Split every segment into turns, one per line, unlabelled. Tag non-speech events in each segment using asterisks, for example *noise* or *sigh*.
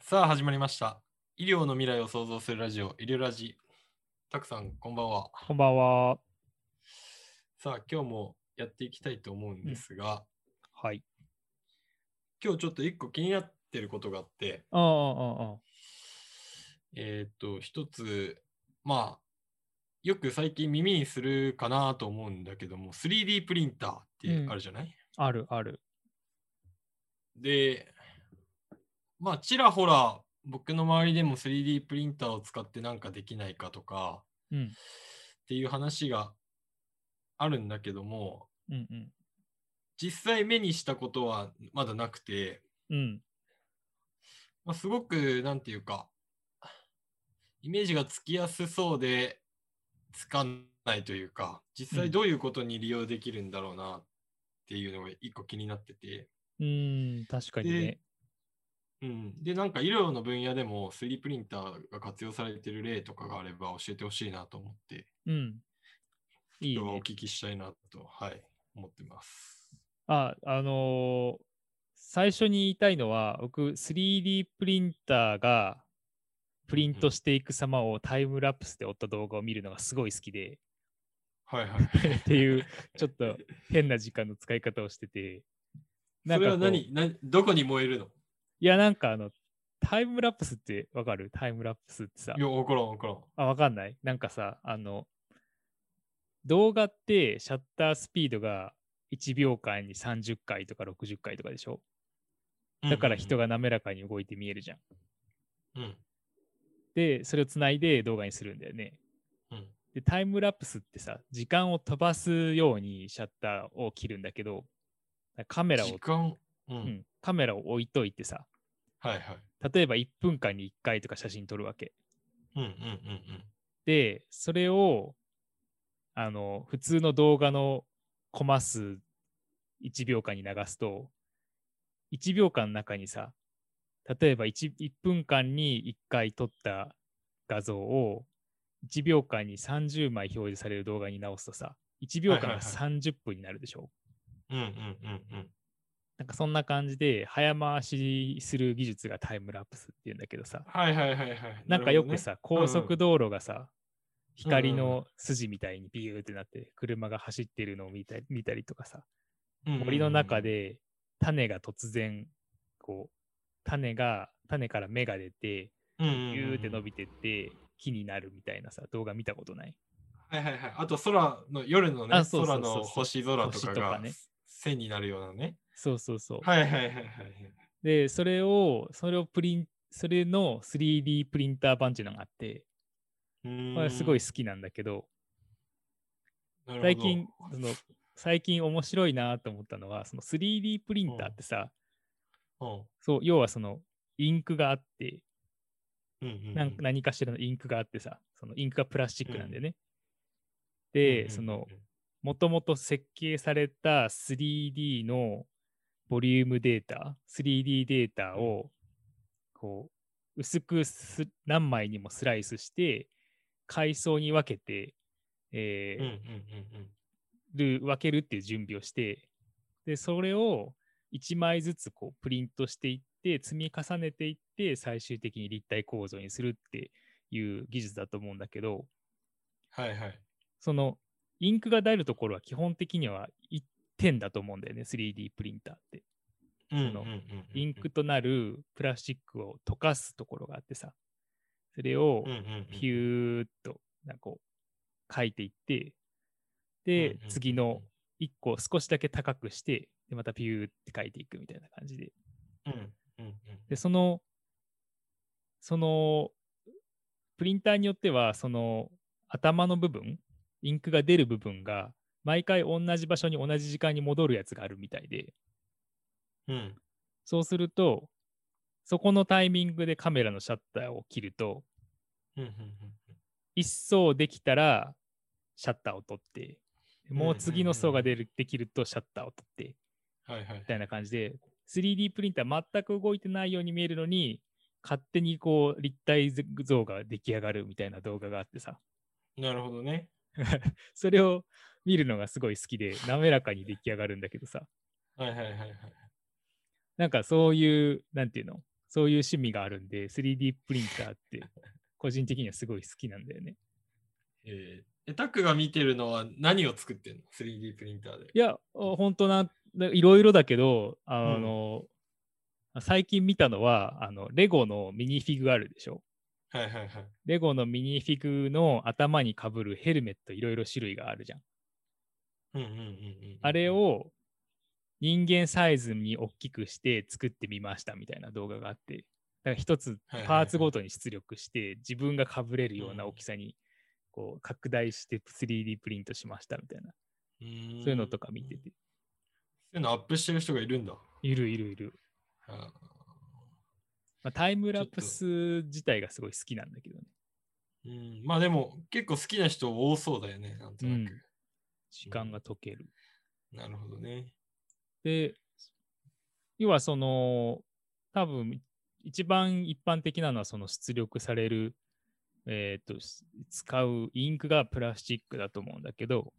さあ始まりました。医療の未来を創造するラジオ、医療ラジ。たくさん、こんばんは。
こんばんは。
さあ、今日もやっていきたいと思うんですが、
はい。
今日ちょっと一個気になってることがあって、
うんうんうんうん。
えーっと、一つ、まあ、よく最近耳にするかなと思うんだけども、3D プリンターってあるじゃない、
あるある。
で、まあ、ちらほら、僕の周りでも 3D プリンターを使ってなんかできないかとか、
うん
っていう話があるんだけども
うんうん。
実際目にしたことはまだなくて、
うん。
まあ、すごくなんていうかイメージがつきやすそうでつかないというか実
う
際
ん
どういうことに利用できるんだろうなっていうのが一個気になってて、
うーん、確かにね。
うん、でなんか医療の分野でも 3D プリンターが活用されてる例とかがあれば教えてほしいなと思って
うん。いい
今日はお
ね。
聞きしたいなと、はい、思ってます。
あ、あのー最初に言いたいのは、僕、3D プリンターがプリントしていく様をタイムラプスで追った動画を見るのがすごい好きで、
はいはい。*laughs*
*laughs* っていう、ちょっと変な時間の使い方をしてて、
それは
こう
何などこに燃えるの
いや、なんかあの、タイムラプスってわかるタイムラプスってさ
い、や、わからん、わからん。
あ、わかんないなんかさ、あの、動画ってシャッタースピードが1秒間に30回とか60回とかでしょだから人
が。
が滑らかに動いて見えるじゃん。
うん。
で、それをつないで動画にするんだよね。
うん。
で、タイムラプスってさ、時間を飛ばすようにシャッターを切るんだけど、カメラを、
時間。うん。
うん、カメラを置いといてさ、
はいはい。
例えば1分間に1回とか写真撮るわけ。
うんうんうん
で、それを、あの、普通の動画のコマ数1秒間に流すと、1秒間の中にさ、例えば 1, 1分間に1回撮った画像を1秒間に30枚表示される動画に直すとさ、1秒間
はい
が
はい
30分になるでしょ、
うん。うんうんうんうん。
なんかそんな感じで早回しする技術がタイムラプスっていうんだけどさ、
はいはいはいはい。
なんかよく
る
さ、
うんうん
高速道路がさ、光
うんうん
の筋みたいにビューってなって、車が走ってるのを見たり見たりとかさ、
ほどね、
森の中
うんうんうん。
で種が突然、こう、種が、種から芽が出て、
うんうんうん
ビューって伸び
て。
てって、木になるみたいなさ、動画見たことない。
はいはいはい。あと空の夜のね、
あそうそう
空
そうそう
の星空とか
星と
が
かね
線になるようなね。
そうそうそう。
はいはいはいはいはい。
で、それを、それをプリン、それの 3D プリンター版っていうのがあって、
うーん
これすごい好きなんだけど、
なるほど
最近その最近面白いなと思ったのは、その 3D プリンターってさ、
うん
そう、要はその、インクがあって、
うんうんうん
なん何かしらのインクがあってさ、そのインクがプラスチックなんだよね。
うんうんうん
で、その、もともと設計された 3D のボリュームデータ、3D データを、こう、薄くす何枚にもスライスして、階層に分けて、え
うん
ー
うんうんうん。
る分けるっていう準備をしてでそれを1枚ずつこうプリントしていって積み重ねていって最終的に立体構造にするっていう技術だと思うんだけど
はいはい。
そのインクが出るところは基本的には1点だと思うんだよね 3D プリンターって。
うんうん
その
うんうんうん
インクとなるプラスチックを溶かすところがあってさそれを
うんうんうん
ピューっとなんかこう書いていってで
うんうん
次の1個少しだけ高くして、でまたピューって書いていくみたいな感じで。
うんうんうん
で、その、その、プリンターによっては、その頭の部分、インクが出る部分が、毎回同じ場所に同じ時間に戻るやつがあるみたいで、
うん
そうすると、そこのタイミングでカメラのシャッターを切ると、
うんうん
一層できたらシャッターを取って、もう次の層が出る、できるとシャッターを取って、
うんはいはい
みたいな感じで 3D プリンター全く動いてないように見えるのに勝手にこう立体像が出来上がるみたいな動画があってさ
なるほどね
それを見るのがすごい好きで滑らかに出来上がるんだけどさ
はいはいはいはい
なんかそういうなんていうのそういう趣味があるんで、3D プリンターって個人的にはすごい好きなんだよね。
えーえ、タックが見てるのは何を作ってんの ?3D プリンターで。
いや、本当な、いろいろだけど、あの、最近見たのは、あの、レゴのミニフィグあるでしょ
はいはいはい。
レゴのミニフィグの頭にかぶるヘルメットいろいろ種類があるじゃん。
うんうんうんうん。
あれ。を人間サイズに大きくして作ってみましたみたいな動画があって、だから一つ
はいはいはい
パーツごとに出力して自分がかぶれるような大きさにこう拡大して 3D プリントしましたみたい
そ
な、
う
そういうのとか見て
そう
て、
いうのアップしてる人がいるんだ。
いるいるいる。
あ
まあ、タイムラプス自体がすごい好きなんだけどね。
ーうん、まあでも結構好きな人多そうだよね、なんとなく。
時間が解ける。
なるほどね。
で、要はその、多分一番一般的なのはその出力される、えーと、し使うインクがプラスチックだと思うんだけど、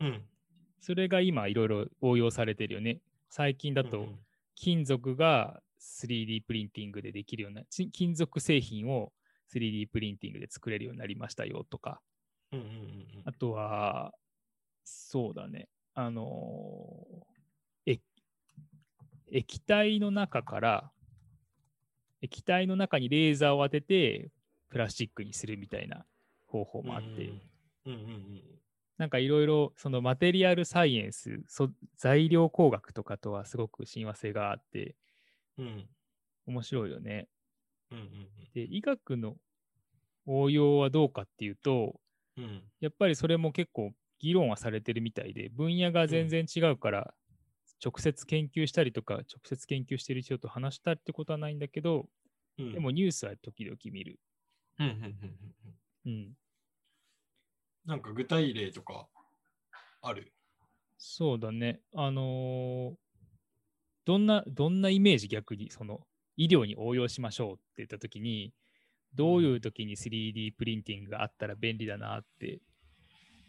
うん。
それが今いろいろ応用されてるよね。最近だ
う
と
ん
金属が 3D プリンティングでできるような、ち金属製品を 3D プリンティングで作れるようになりましたよとか、
うんうんうんうん
あとは、そうだね、あのーえ液体の中から、液体の中にレーザーを当てて、プラスチックにするみたいな方法
うん。
もあって、
うんうんうん。
なんかいろいろ、そのマテリアルサイエンス、そ材料工学とかとはすごく親和性があって、
うんうん
面白いよね。
うん
で、医学の応用はどうかっていうと、
うんうん。
やっぱりそれも結構議論はされてるみたいで、分野が全然違うから、直接研究したりとか、直接研究してる人と話したりってことはないんだけど、
うん
でもニュースは時々見る。
うんうんうんうんうん。
うん。
なんか具体例とかある
そうだね。あのーどんな、どんなイメージ逆に、その、医療に応用しましょうって言ったときに、どういう時に 3D プリンティングがあったら便利だなって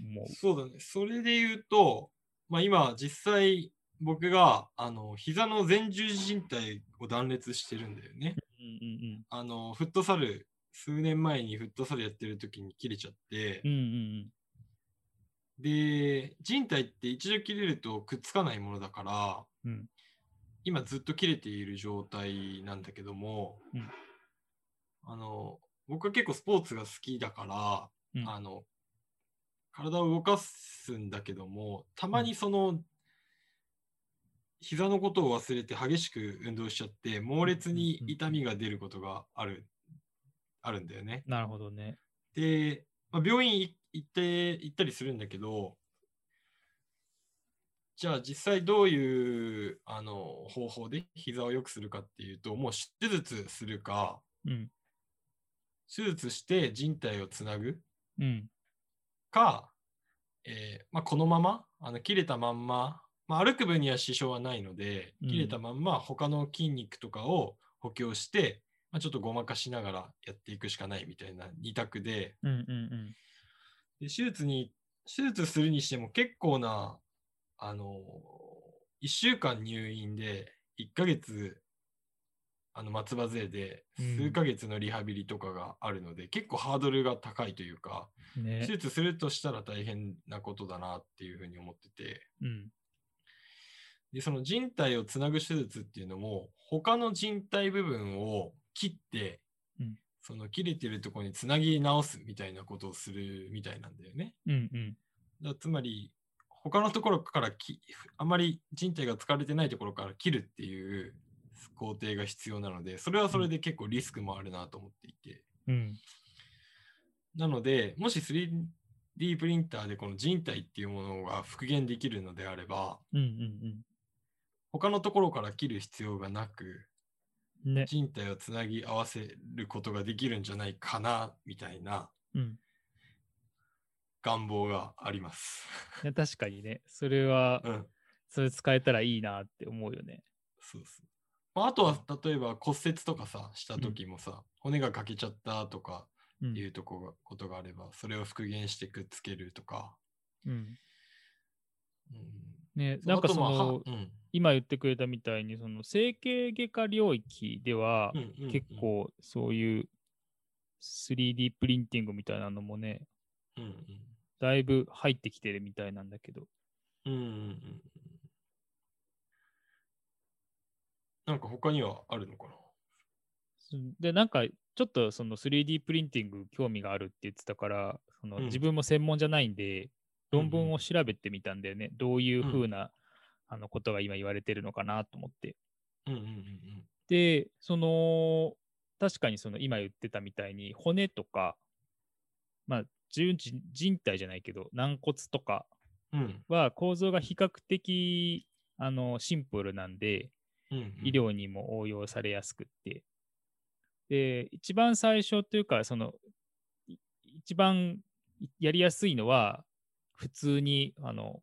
思う。
そうだね。それで言うと、まあ、今、実際、僕が、あの、膝の前十字靭帯を断裂してるんだよね。
うんうん
あの、フットサル、数年前にフットサルやってる時に切れちゃって
うん。う、んうん
で、靭帯って一度切れるとくっつかないものだから、
うん。うん。
今ずっと切れている状態なんだけども、
うん
あの僕は結構スポーツが好きだから、
うん
あの体を動かすんだけどもたまにその、膝のことを忘れて激しく運動しちゃって猛烈に痛みが出ることがあるあるんだよね。
なるほどね。
で、まあ、病院い行って行ったりするんだけどじゃあ実際どういうあの方法で膝を良くするかっていうともう手術するか
うん。
手術して人体をつなぐ
うん。
か、えーまあ、このままあの切れたまんま、まあ、歩く分には支障はないので
うん
切れたまんま他の筋肉とかを補強して、まあ、ちょっとごまかしながらやっていくしかないみたいな2択で
うんうん
で手術に手術するにしても結構なあの1週間入院で1ヶ月あの松葉勢で
うん
数ヶ月のリハビリとかがあるので、結構ハードルが高いというか
うん。
手
ね。
術するとしたら大変なことだなっていうふうに思ってて
うん。
でその人体をつなぐ手術っていうのも他の人体部分を切って、
うん
その切れてるところにつなぎ直すみたいなことをするみたいなんだよね。
うんうん。
だつまり他のところからきあまり人体が疲れてないところから切るっていう工程が必要なのでそれはそれで結構リスクもあるなと思っていて
うん。
なのでもし 3D プリンターでこの人体っていうものが復元できるのであれば
うんうん
他のところから切る必要がなく
うん。ね。
人体をつなぎ合わせることができるんじゃないかなみたいな
うん。
願望があります。 *laughs*
ね確かにね。それは
う、ん
それ使えたらいいなって思うよね。
そうそう。まあ、あとは例えば骨折とかさした時もさ、骨が欠けちゃったとか
うん
いうとこが、ことがあればそれを復元してくっつけるとか、
うん。
うん
ね、なんかそ
あとまあは
の、
うん
今言ってくれたみたいに、その整形外科領域では
うん、うんうん
結構そういう 3D プリンティングみたいなのもね、
うんうん
だいぶ入ってきてるみたいなんだけど。
うんうんうんうんなんか他にはあるのかな
で、なんか、ちょっとその 3D プリンティング興味があるって言ってたから、その
うん
自分も専門じゃないんで、
うんうん
論文を調べてみたんだよね。どういうふうな、あのことが今言われてるのかなと思って。
うんうんうん
で、その、確かにその今言ってたみたいに、骨とか、まあ、じゅんじ人体じゃないけど、軟骨とか
うんうん
は構造が比較的あのシンプルなんで、
うんうん
医療にも応用されやすくって。で、一番最初というか、その、い一番やりやすいのは、普通に、あの、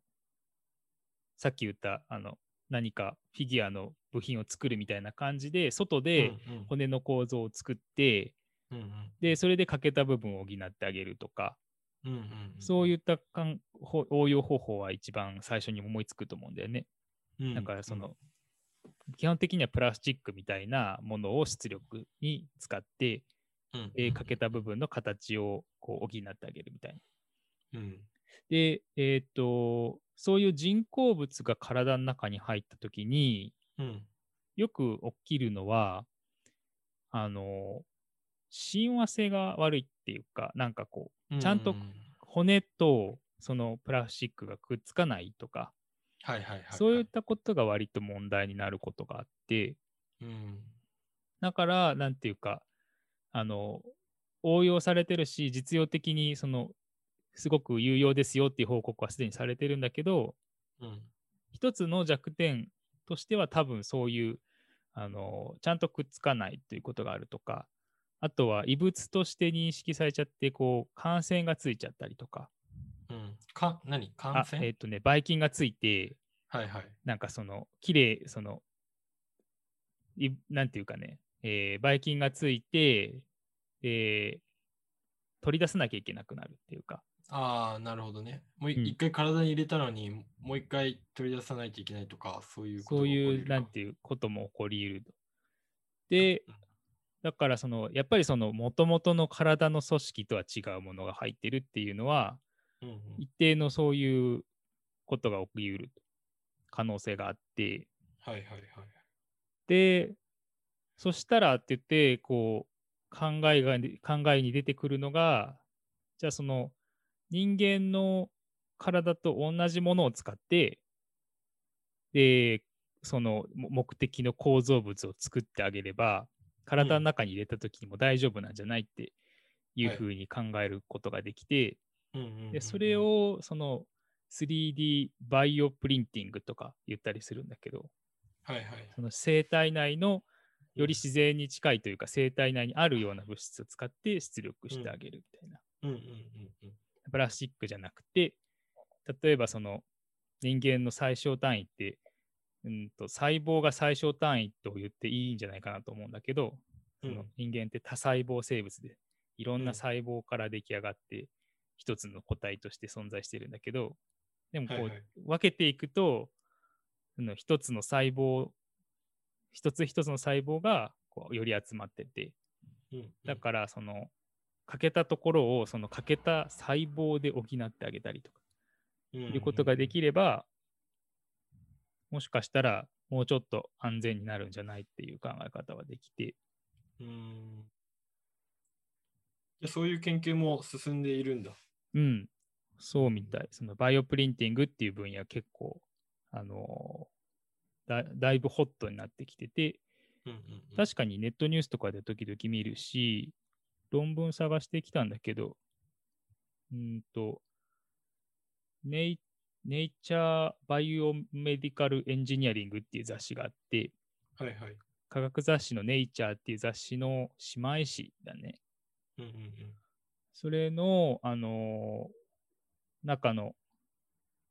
さっき言った、あの、何かフィギュアの部品を作るみたいな感じで、外で
うん
骨の構造を作って、
うんうん
で、それで欠けた部分を補ってあげるとか、
うんうんうん
そういったかんほ応用方法は一番最初に思いつくと思うんだよね。
うん
だからその、基本的にはプラスチックみたいなものを出力に使って、
うん
えー欠けた部分の形をこう補ってあげるみたいな。
うん
で、えっ、と、そういう人工物が体の中に入った時に、
うん
よく起きるのは、あの、親和性が悪いっていうか、なんかこう、
うん
ちゃんと
う
骨とそのプラスチックがくっつかないとか、
はいはいはいはい
そういったことが割と問題になることがあって、
うん
だから、なんていうか、あの、応用されてるし、実用的に、その、すごく有用ですよっていう報告はすでにされてるんだけど、
うん
一つの弱点としては多分そういう、あの、ちゃんとくっつかないということがあるとか、あとは異物として認識されちゃって、こう、感染がついちゃったりとか、
うんか何感
あ
染
えっ、とね、ばい菌がついて、
はいはい
なんかその、綺麗その、いなんていうかね、えー、ばい菌がついて、えー取り出さなきゃいけなくなるっていうか、
ああ、なるほどね。もう
うん
い一回体に入れたのに、もう一回取り出さないといけないとか、そういうことが起
そう
こり
いう、
得るか
なんていうことも起こり得ると。で、だからその、やっぱりその、もともとの体の組織とは違うものが入ってるっていうのは、
うんうん
一定のそういうことが起きうる可能性があって、
はいはいはい。
で、そしたらって言って、こう、考えが、考えに出てくるのが、じゃあその人間の体と同じものを使って、で、そのも目的の構造物を作ってあげれば、体の中に入れた時にも大丈夫なんじゃないっていう
はい
ふうに考えることができて、
うんうんうんうん
でそれ、をその 3D バイオプリンティングとか言ったりするんだけど、
はいはい。
その生体内のより自然に近いというか生体内にあるような物質を使って出力してあげるみたいな。
うんうんうんうん。
プラスチックじゃなくて、例えばその人間の最小単位って、うんと細胞が最小単位と言っていいんじゃないかなと思うんだけど、その
うん
人間って多細胞生物で、いろん
う
なん細胞から出来上がって、一つの個体として存在してるんだけど、でもこ
は
う
いはい
分けていくと、その一つの細胞、一つ一つの細胞がこうより集まってて、
うんうん
だからその欠けたところをその欠けた細胞で補ってあげたりとか
うんうんうん
いうことができれば、もしかしたらもうちょっと安全になるんじゃないっていう考え方はできて、
うんでそういう研究も進んでいるんだ。
うん、そうみたい。そのバイオプリンティングっていう分野結構、あのだだいぶホットになってきてて、
うんうんうん
確かにネットニュースとかで時々見るし、論文探してきたんだけど、うーんと、ネイネイチャー・バイオメディカル・エンジニアリングっていう雑誌があって、
はいはい。
科学雑誌のネイチャーっていう雑誌の姉妹誌だね。
うんうんうん
それの、あのー中の、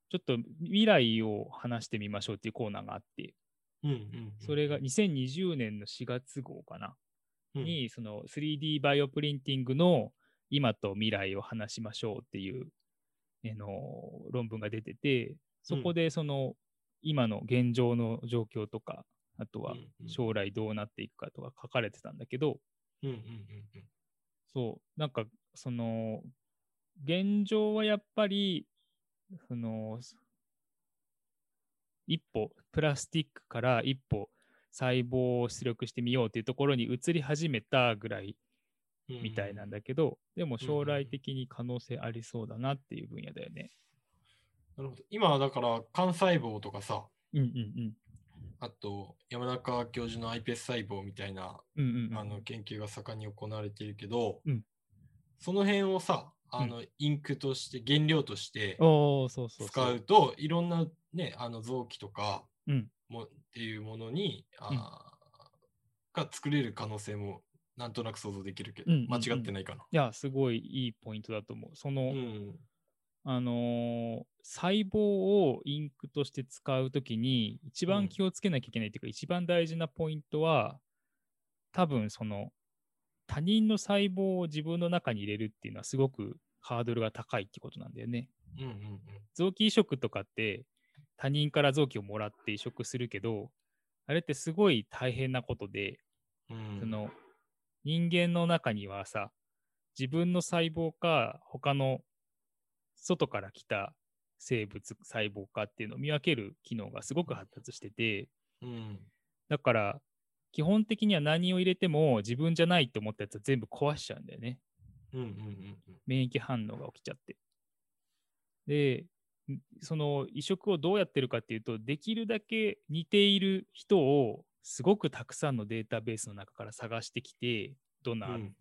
ちょっと未来を話してみましょうっていうコーナーがあって、
うんうんうん
それが2020年の4月号かな。
うん
に、その 3D バイオプリンティングの今と未来を話しましょうっていう、あの論文が出てて、そこでその今の現状の状況とか、あとは
うんうん
将来どうなっていくかとか書かれてたんだけど、
うんうんうんうん。
そう、なんかその、現状はやっぱり、その、一歩、プラスチックから一歩、細胞を出力してみようっていうところに移り始めたぐらい
うんうん
みたいなんだけど、でも将来的に可能性ありそうだなっていう分野だよね。
なるほど今はだから幹細胞とかさ
うんうん
あと山中教授の iPS 細胞みたいな
うん。うんうんうん。
あの研究が盛んに行われているけど、
うん
その辺をさあのインクとして原料として
おーそうそうそ
使うといろんな、ね、あの臓器とか
うん
もっていうものに、あーが作れる可能性もなんとなく想像できるけど、
うんうんうん
間違ってないかな。
いや、すごいいいポイントだと思う。その、
うん
あのー細胞をインクとして使うときに、一
う
番
ん
気をつけなきゃいけないというか、一番大事なポイントは、多分その、他人の細胞を自分の中に入れるっていうのはすごくハードルが高いってことなんだよね。
うんうん
臓器移植とかって、他人から臓器をもらって移植するけど、あれってすごい大変なことで、
うんうん
その人間の中にはさ自分の細胞か他の外から来た生物細胞かっていうのを見分ける機能がすごく発達してて
うん
だから基本的には何を入れても自分じゃないと思ったやつは全部壊しちゃうんだよね
うんうんうんうん
免疫反応が起きちゃって。でんその移植をどうやってるかっていうとできるだけ似ている人をすごくたくさんのデータベースの中から探してきてドナ
う
ー
ん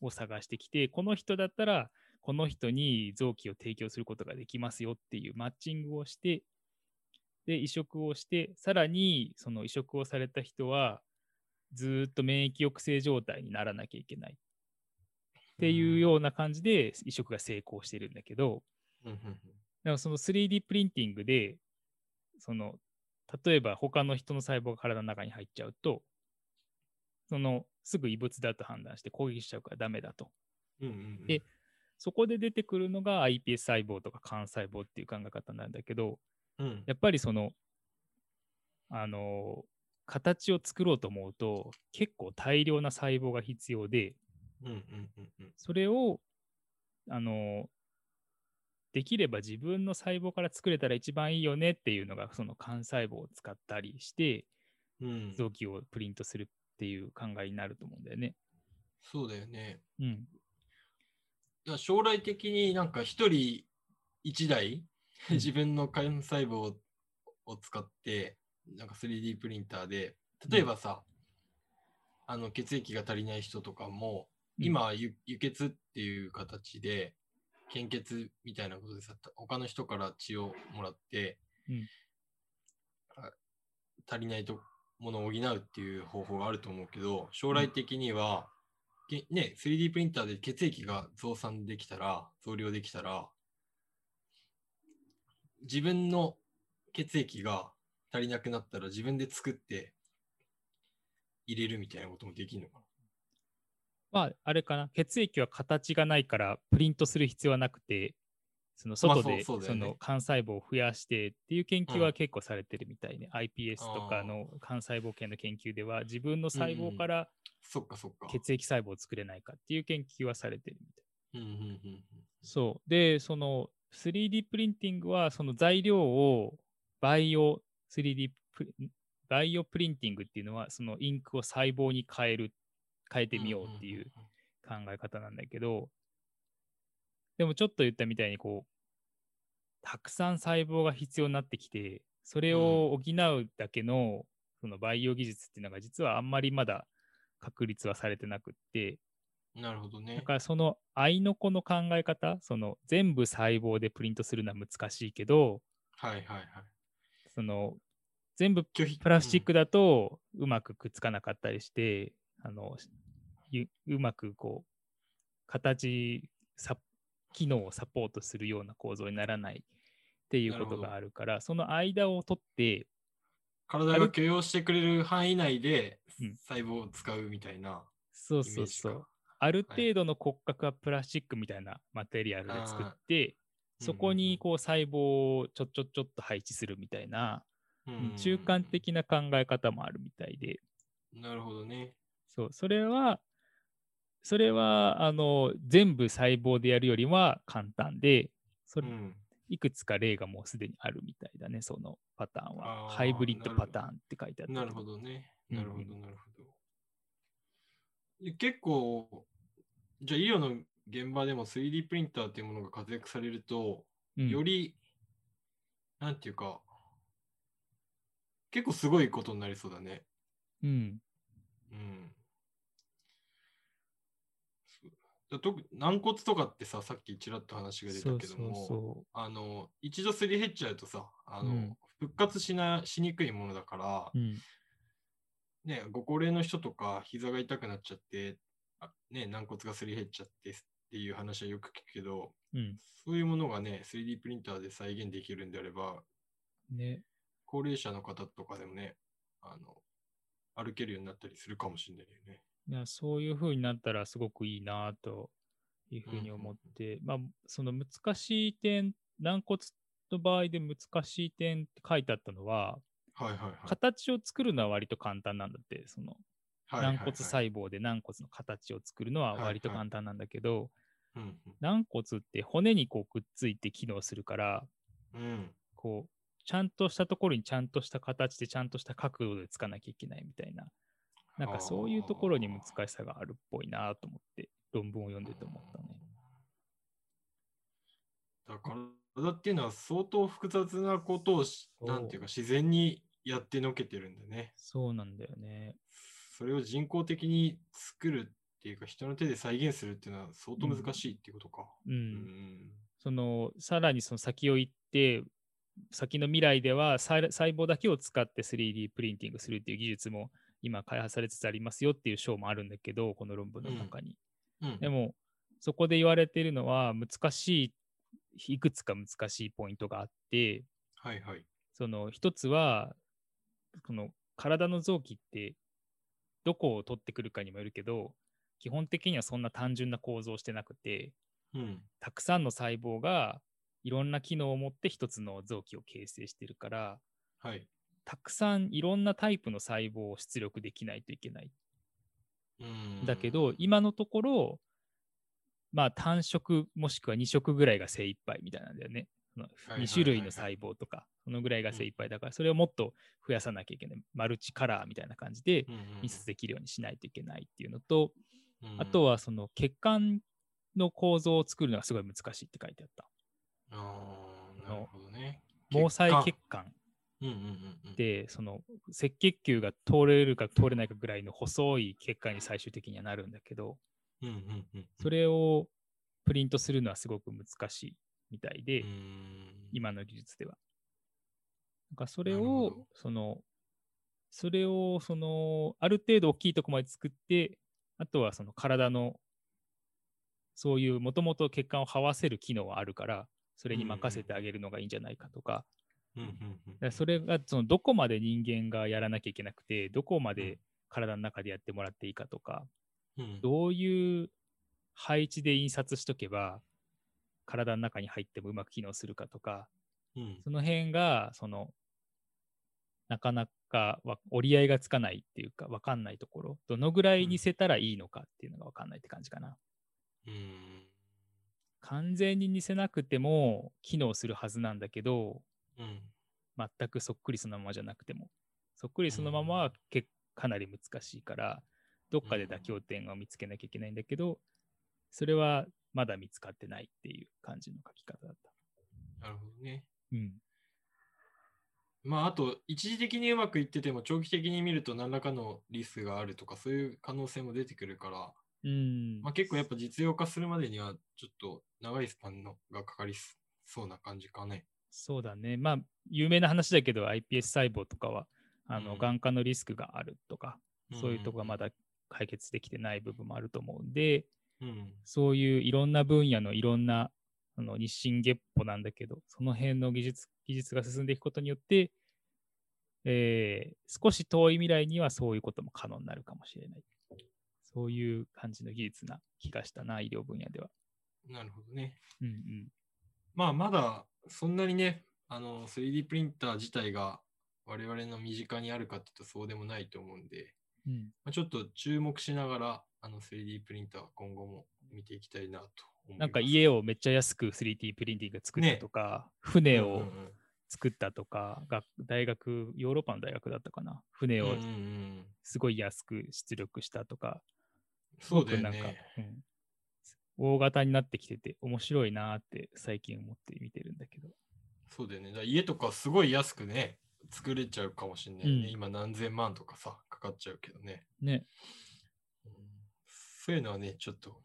を探してきて、この人だったら、この人に臓器を提供することができますよっていうマッチングをして、で、移植をして、さらにその移植をされた人は、ずーっと免疫抑制状態にならなきゃいけないっていうような感じで移植が成功してるんだけど、
うんうん
だからその 3D プリンティングで、その、例えば他の人の細胞が体の中に入っちゃうと、その、すぐ異物だと判断して攻撃しちゃうからダメだと。
うんうん
でそこで出てくるのが iPS 細胞とか幹細胞っていう考え方なんだけど、
うん
やっぱりその、あの、形を作ろうと思うと、結構大量な細胞が必要で、
うんうんうんうん
それを、あの、できれば自分の細胞から作れたら一番いいよねっていうのが、その幹細胞を使ったりして、
うん
臓器をプリントするっていう考えになると思うんだよね。
そうだよね。
うん。
だから将来的になんか一人一台
うん
自分の幹細胞を使ってなんか 3D プリンターで例えばさ、あの血液が足りない人とかも
うん
今輸輸血っていう形で献血みたいなことでさ他の人から血をもらって、
うん
あ足りないとものを補うっていう方法があると思うけど将来的には、けね、3D プリンターで血液が増産できたら、増量できたら、自分の血液が足りなくなったら自分で作って入れるみたいなこともできるのか
まあ、あれかな、血液は形がないから、プリントする必要はなくて、その
まあ
外で、
そうそうだ
そ
よね
の幹細胞を増やしてっていう研究
う
は
ん
結構されてるみたいね。iPS とかの幹細胞系の研究では、自分の細
うん
胞から
そっかそっか。
血液細胞を作れないかっていう研究はされてるみたい。
うんうんうん
そう。で、その 3D プリンティングは、その材料をバイオ 3D プリバイオプリンティングっていうのは、そのインクを細胞に変える、変えてみようっていう。考え方なんだけど、でもちょっと言ったみたいにこう、たくさん細胞が必要になってきて、それを補うだけのその培養技術っていうのが実はあんまりまだ確立はされてなくって、
うんうんうんなるほどね
だ。からその愛の子の考え方、その全部細胞でプリントするのは難しいけど、
はいはいはい。
その全部
拒否
プラスチックだとうまくくっつかなかったりして、あのゆうまくこう形さ機能をサポートするような構造にならないっていうことがあるからその間を取って
体が許容してくれる範囲内で
うん
細胞を使うみたいな
そう
イメ
そ
ー
う
ジ
そ
か。
うある
はい
程度の骨格はプラスチックみたいなマテリアルで作って
あー
そこにこう細胞をちょっちょっちょっと配置するみたいな
うん
中間的な考え方もあるみたいで、
なるほどね。
そう、それは、それは、あの、全部細胞でやるよりは簡単で、そうれ
ん。
いくつか例がもうすでにあるみたいだね、そのパターンは。
あー
ハイブリッドパターンって書いてあったけ
なるほ。どね。
うん
なるほど、なるほど。え結構、じゃあ、医療の現場でも 3D プリンターっていうものが活躍されると、
うん
より、なんていうか、結構すごいことになりそうだね。
うん。
うん。そうだと軟骨とかってさ、さっきちらっと話が出
そ
た
う
けど
そ
も、
うそ
あの一度すり減っちゃうとさ、あの
うん
復活しなしにくいものだから、
う。うん。
ね、ご高齢の人とか膝が痛くなっちゃって、あね、軟骨がすり減っちゃってっていう話はよく聞くけど、
うん。
そういうものがね、3D プリンターで再現できるんであれば、
ね。
高齢者の方とかでもね、あの歩けるようになったりするかもしれないよね。
いやそういう風になったらすごくいいなという風に思って、まあ、その難しい点、軟骨の場合で難しい点って書いてあったのは、
はいはいはい。
形を作るのは割と簡単なんだって、その
はいはいはい
軟骨細胞で軟骨の形を作るのは割と
はいは
簡単なんだけど、
うんうん
軟骨って骨にこうくっついて機能するから、
うん。
こう、ちゃんとしたところにちゃんとした形でちゃんとした角度でつかなきゃいけないみたいな、なんかそういうところに難しさがあるっぽいなと思って、論文を読んでて思ったね。
だから、だっていうのは相当複雑なことをし、
そう
なんていうか自然にやってのけてるんだね。
そうなんだよね。
それを人工的に作るっていうか、人の手で再現するっていうのは相当難しいっていうことか。
うん。
うん。
その、さらにその先を行って、先の未来では細細胞だけを使って 3D プリンティングするっていう技術も今開発されつつありますよっていう章もあるんだけど、この論文の中に。
うん
でも、そこで言われているのは、難しい、いくつか難しいポイントがあって、
はいはい。
その一つは、この体の臓器って、どこを取ってくるかにもよるけど、基本的にはそんな単純な構造をしてなくて、
うん。
たくさんの細胞がいろんな機能を持って一つの臓器を形成してるから、
はい。
たくさんいろんなタイプの細胞を出力できないといけない
うん。
だけど、今のところ、まあ、単色もしくは2色ぐらいが精一杯みたいなんだよね。その
いはいはいはい
2種類の細胞とか、そのぐらいが精一杯だから、それをもっと増やさなきゃいけない。マルチカラーみたいな感じで
うんうん、
ミスできるようにしないといけないっていうのと、
うん
あと、はその血管の構造を作るのがすごい難しいって書いてあった。
あーなるほどね。
毛細血
管。
管
うんうんうんうん。
で、その赤血球が通れるか通れないかぐらいの細い血管に最終的にはなるんだけど、
うんうんうん。
それをプリントするのはすごく難しいみたいで、
うん、
今の技術では。なんかそれ
なるほ
を
ど、
その、それを、その、ある程度大きいとこまで作って、あとはその体の、そういうもともと血管を這わせる機能はあるから、それに任せてあげるのがいいんじゃないかとか、
うんうんうん
だからそれがそのどこまで人間がやらなきゃいけなくて、どこ
う
ま
ん
で体の中でやってもらっていいかとか、
うん
どういう配置で印刷しとけば、体の中に入ってもうまく機能するかとか、
うん
その辺が、その、なかなかわ折り合いがつかないっていうか、わかんないところ、どのぐらい似せたらいいのかっていうのがわかんないって感じかな。
うん
完全に似せなくても機能するはずなんだけど、
うん
全くそっくりそのままじゃなくても。そっくりそのままはけかなり難しいから、どっかで妥協点を見つけなきゃいけないんだけど、それはまだ見つかってないっていう感じの書き方だった。
なるほどね。
うん。
まあ、あと、一時的にうまくいってても、長期的に見ると何らかのリスクがあるとか、そういう可能性も出てくるから、
うん。
まあ、結構やっぱ実用化するまでには、ちょっと長いスパンのがかかりそうな感じかね。
そうだね。まあ、有名な話だけど、iPS 細胞とかは、あの、
うん
眼科のリスクがあるとか、そういうとこがまだ解決できてない部分もあると思うんで、
うん。
そういういろんな分野のいろんな、あの、日進月歩なんだけど、その辺の技術、技術が進んでいくことによって、えー少し遠い未来にはそういうことも可能になるかもしれない。そういう感じの技術な気がしたな、医療分野では。
なるほどね。
うんうん。
まあ、まだそんなにね、あの、3D プリンター自体が我々の身近にあるかっていうとそうでもないと思うんで、
うん、
まあ、ちょっと注目しながら、あの 3D プリンターは今後も見ていきたいなと思います。
なんか家をめっちゃ安く 3D プリンティング作ったとか、船
うんう
を
んうん
作ったとか、が大学、ヨーロッパの大学だったかな。船
うんう
を
んうん
すごい安く出力したとか、
そうだよ
すごくなん
ね
か。、うん大型になってきてて面白いなーって最近思って見てるんだけど。
そうだよね。だから家とかすごい安くね、作れちゃうかもしれないよね。
うん
今何千万とかさ、かかっちゃうけどね。
ね。
うんそういうのはね、ちょっと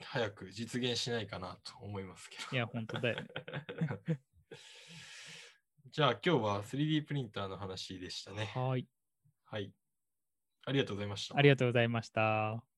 早く実現しないかなと思いますけど。
いや、本当だよね。
*laughs* じゃあ今日は 3D プリンターの話でしたね。
はい。
はい。ありがとうございました
あ。りがとうございました。